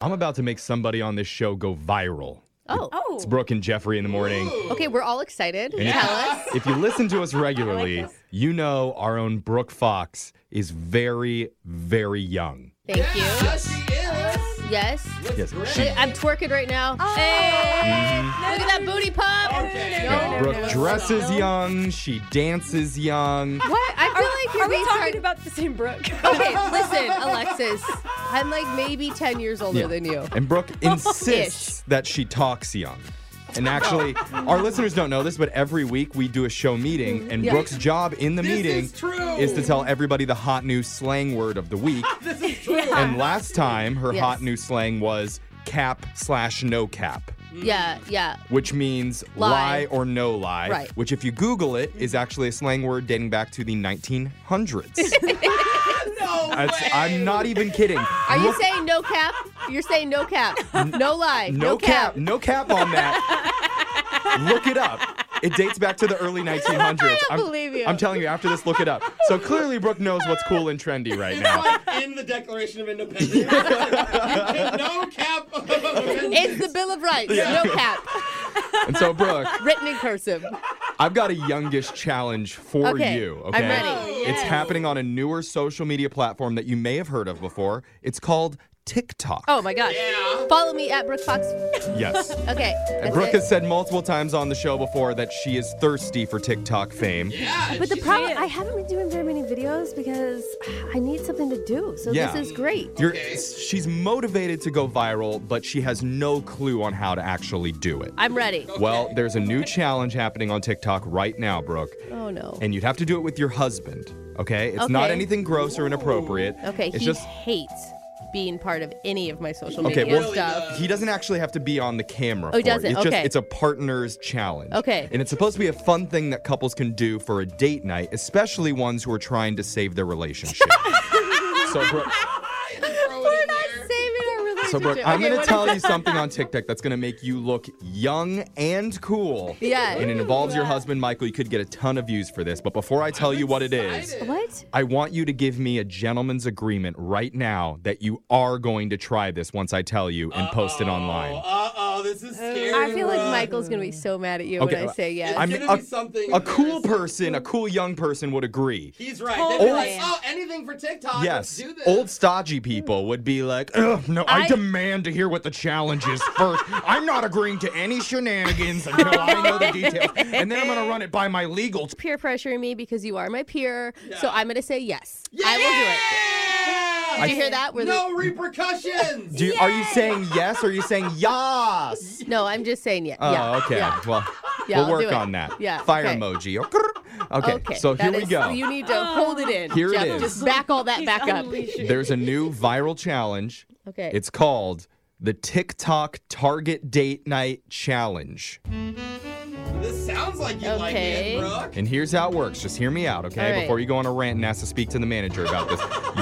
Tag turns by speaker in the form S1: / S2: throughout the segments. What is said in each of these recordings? S1: I'm about to make somebody on this show go viral.
S2: Oh.
S1: It's Brooke and Jeffrey in the morning.
S2: Okay, we're all excited.
S1: And if-
S2: Tell us.
S1: If you listen to us regularly,
S2: this.
S1: you know our own Brooke Fox is very, very young.
S2: Thank you. Yes.
S1: Yes.
S2: Look, I'm twerking right now.
S1: Oh,
S2: Hey! Look at that booty pump.
S1: No, Brooke dresses young. She dances young.
S2: What? I feel like you're
S3: Are we
S2: being
S3: talking
S2: hard-
S3: about the same Brooke?
S2: Okay, listen, Alexis. I'm like maybe 10 years older
S1: Yeah.
S2: than you.
S1: And Brooke insists that she talks young. And actually, our listeners don't know this, but every week we do a show meeting, and
S2: Yeah.
S1: Brooke's job in the meeting
S4: is true.
S1: to tell everybody the hot new slang word of the week.
S4: This is true.
S1: and last time, her
S2: Yes.
S1: hot new slang was cap slash no cap,
S2: Yeah, yeah.
S1: which means lie,
S2: Lie.
S1: or no lie,
S2: Right.
S1: which, if you Google it, is actually a slang word dating back to the 1900s.
S4: No
S1: That's,
S4: way.
S1: I'm not even kidding.
S2: Are you saying no cap? You're saying no cap. No lie.
S1: No, cap. No cap on that. look it up. It dates back to the early 1900s. I am
S2: believe you.
S1: I'm telling you, after this, look it up. So clearly, Brooke knows what's cool and trendy right
S4: It's
S1: now.
S4: like in the Declaration of Independence. You can no cap.
S2: It's the Bill of Rights. No cap.
S1: And so, Brooke,
S2: Written in cursive.
S1: I've got a youngish challenge for
S2: Okay.
S1: you.
S2: I'm
S1: Okay.
S2: ready.
S1: It's happening on a newer social media platform that you may have heard of before. It's called TikTok.
S2: Oh my gosh.
S4: Yeah.
S2: Follow me at Brooke Fox.
S1: Yes.
S2: Okay.
S1: And
S2: that's
S1: Brooke
S2: it.
S1: has said multiple times on the show before that she is thirsty for TikTok fame.
S4: Yeah.
S3: But the
S4: she's-
S3: problem,
S2: I
S3: I haven't been doing very many videos because I need something to do. So
S1: Yeah.
S2: This is great.
S1: You're,
S4: Okay.
S1: She's motivated to go viral, but she has no clue on how to actually do it.
S2: I'm ready.
S1: Well, there's a new challenge happening on TikTok right now, Brooke,
S2: Oh no.
S1: and you'd have to do it with your husband. Okay, it's not
S2: Okay.
S1: anything gross or inappropriate.
S2: Okay,
S1: it's
S2: he
S1: just
S2: hates being part of any of my social
S1: Okay,
S2: media
S1: well-
S2: stuff.
S1: he doesn't actually have to be on the camera.
S2: Oh, he
S1: for it.
S2: doesn't?
S1: It's just
S2: Okay.
S1: it's a partners challenge.
S2: Okay.
S1: and it's supposed to be a fun thing that couples can do for a date night, especially ones who are trying to save their relationship. so, Brooke,
S4: Throw it in there.
S2: Saving our relationship.
S1: So, Brooke, I'm
S2: Okay,
S1: going to
S2: what-
S1: tell you something on TikTok that's going to make you look young and cool.
S2: Yeah.
S1: And it involves your husband, Michael. You could get a ton of views for this. But before I tell you what it is,
S4: excited.
S3: what?
S1: I want you to give me a gentleman's agreement right now that you are going to try this once I tell you and post it online.
S4: Uh oh, this is scary.
S2: I feel like
S4: Brooke.
S2: Michael's gonna be so mad at you
S1: Okay,
S2: when I
S1: well,
S2: say yes.
S4: It's
S1: I'm-
S4: gonna
S1: a-
S4: be something.
S1: A cool
S4: embarrassing.
S1: person, a cool young person would agree.
S4: He's right. They'd be like,
S1: Totally.
S4: oh, anything for TikTok.
S1: Yes.
S4: Let's do this.
S1: Old stodgy people would be like, Ugh, no, I,
S2: I-
S1: demand to hear what the challenge is first. I'm not agreeing to any shenanigans until I know the details. And then I'm going to run it by my legal. t-
S2: Peer pressuring me because you are my peer, so
S4: Yeah.
S2: I'm gonna say yes.
S4: Yeah!
S2: I will do it.
S4: it.
S2: Did you hear that? Where the-
S4: no repercussions.
S1: Do you, are you saying yes or are you saying yas?
S2: no, I'm just saying yes.
S1: Oh,
S2: yeah.
S1: okay.
S2: Yeah.
S1: Well,
S2: Yeah,
S1: we'll
S2: I'll
S1: work
S2: do it.
S1: on that.
S2: Yeah,
S1: Fire
S2: okay.
S1: emoji. Okay.
S2: Okay.
S1: So here
S2: that
S1: we
S2: is-
S1: go.
S2: You need to hold it in.
S1: Here it
S2: Jeff,
S1: is.
S2: Just back all that back up.
S1: There's a new viral challenge.
S2: Okay.
S1: It's called the TikTok Target Date Night Challenge.
S4: This sounds like you like
S2: Okay.
S4: it, Brooke.
S1: And here's how it works. Just hear me out, okay?
S2: All right.
S1: Before you go on a rant and ask to speak to the manager about this.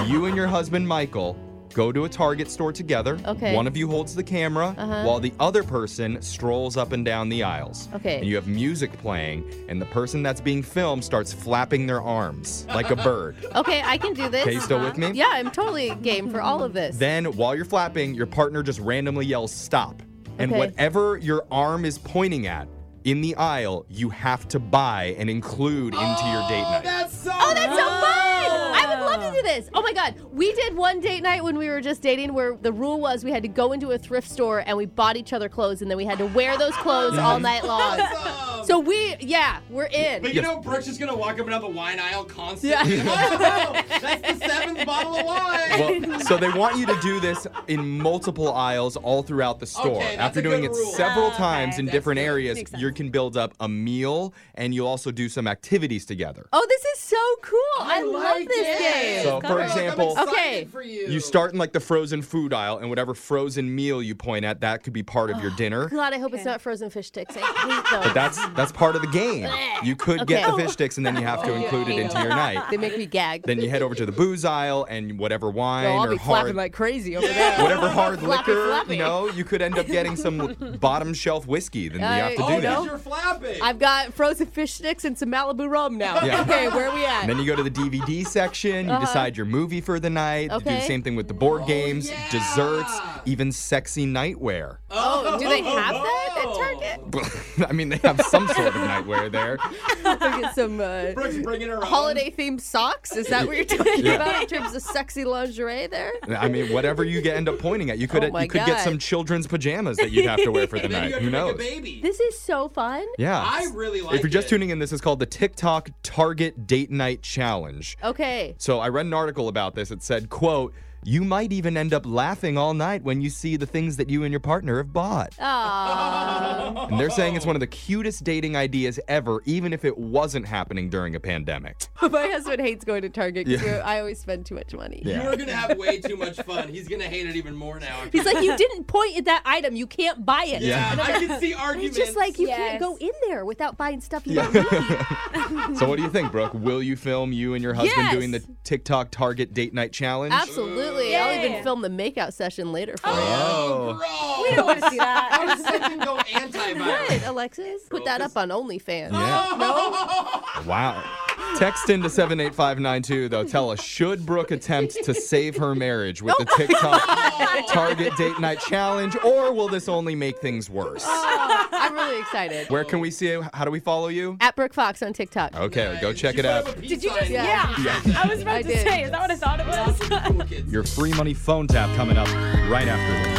S1: you and your husband, Michael, go to a Target store together.
S2: Okay.
S1: One of you holds the camera
S2: Uh-huh.
S1: while the other person strolls up and down the aisles.
S2: Okay.
S1: And you have music playing, and the person that's being filmed starts flapping their arms like a bird.
S2: Okay, I can do this.
S1: Okay, you still with me?
S2: Yeah, I'm totally game for all of this.
S1: Then, while you're flapping, your partner just randomly yells stop. And
S2: Okay.
S1: whatever your arm is pointing at in the aisle, you have to buy and include into your date night.
S4: That's so.
S2: Oh, that's so fun! I would love to do this. Oh my god, we did one date night when we were just dating, where the rule was we had to go into a thrift store and we bought each other clothes, and then we had to wear those clothes all night long.
S4: Awesome.
S2: So we, yeah, we're in.
S4: But you know, Brooke's just gonna walk up and down the wine aisle
S2: Yeah.
S4: constantly. Oh, that's the seventh bottle of wine.
S1: Well, so they want you to do this in multiple aisles all throughout the store.
S4: Okay, that's
S1: After
S4: a
S1: doing
S4: good
S1: it
S4: rule.
S1: several
S3: Oh, okay.
S1: times in
S3: That's
S1: different
S3: good.
S1: areas,
S3: Makes
S1: you can build up a meal and you'll also do some activities together.
S2: Oh, this is so cool. I, love
S4: like
S2: this
S4: it.
S2: game.
S1: So, for
S4: Brooke, I'm
S1: example-
S4: excited
S2: Okay.
S4: for you.
S1: You start in like the frozen food aisle, and whatever frozen meal you point at, that could be part of your dinner.
S2: God, I hope it's not frozen fish sticks. I hate those.
S1: But that's that's part of the game. You could get the
S2: Okay.
S1: fish sticks, and then you have to include it into your night.
S2: they make me gag.
S1: Then you head over to the booze aisle, and whatever wine
S2: Oh, I'll
S1: or
S2: be
S1: hard
S2: flapping like crazy over there.
S1: whatever hard
S2: Flappy,
S1: liquor,
S2: flappy.
S1: you know, you could end up getting some bottom shelf whiskey. Then you have to do
S2: Uh,
S4: Oh,
S2: you
S4: because
S1: that.
S2: know?
S4: you're flapping.
S2: I've got frozen fish sticks and some Malibu rum now.
S1: Yeah.
S2: Okay, where are we at?
S1: And then you go to the DVD section. You
S2: Uh-huh.
S1: decide your movie for the night. They do
S2: Okay.
S1: the same thing with the board games,
S4: yeah.
S1: desserts, even sexy nightwear.
S2: Oh, do they have that at
S4: oh.
S2: Target?
S1: I mean, they have some sort of nightwear there.
S5: Go get some uh,
S4: Brooke's bringing her own.
S5: holiday themed socks. Is that what you're talking about in terms of sexy lingerie there?
S1: I mean, whatever you get, end up pointing at, you could uh,
S5: Oh my
S1: you could get
S5: God.
S1: some children's pajamas that you'd have to wear for the
S4: And then
S1: night.
S4: you have
S1: Who
S4: to make
S1: knows?
S4: a baby.
S2: This is so fun.
S1: Yeah.
S4: I really like
S1: if you're just
S4: it.
S1: tuning in, this is called the TikTok Target Date Night Challenge.
S2: Okay.
S1: So I read an article about this. It said, quote, you might even end up laughing all night when you see the things that you and your partner have bought.
S2: Aww.
S1: And they're saying it's one of the cutest dating ideas ever, even if it wasn't happening during a pandemic.
S5: My husband hates going to Target because
S1: Yeah.
S5: I always spend too much money.
S1: Yeah.
S4: You're gonna have way too much fun. He's gonna hate it even more now. after-
S2: He's like, you didn't point at that item. You can't buy it.
S1: Yeah.
S4: yeah, I can see
S2: It's
S4: arguments.
S2: just like you
S5: Yes.
S2: can't go in there without buying stuff you
S1: Yeah.
S2: don't need.
S1: so what do you think, Brooke? Will you film you and your husband
S2: Yes.
S1: doing the TikTok Target Date Night Challenge?
S2: Absolutely. I'll even film the makeout session later for
S4: oh, gross.
S5: I don't want to see that.
S4: How does something go
S2: you. Good,
S4: anti-viral?
S2: Alexis. Put that up on OnlyFans.
S1: Yeah. Wow. Text into 78592, though. Tell us, should Brooke attempt to save her marriage with the TikTok Target Date Night Challenge, or will this only make things worse?
S2: I'm really excited.
S1: Where can we see you? How do we follow you?
S2: At Brooke Fox on TikTok.
S1: Okay, go
S4: Nice.
S1: check
S4: You
S1: it
S4: put
S1: out.
S4: up a peace
S6: Did you
S4: sign.
S6: just? Yeah. I was about
S2: I
S6: to
S2: did.
S6: say, is that what I thought it was?
S4: Cool kids.
S1: Your free money phone tap coming up right after this.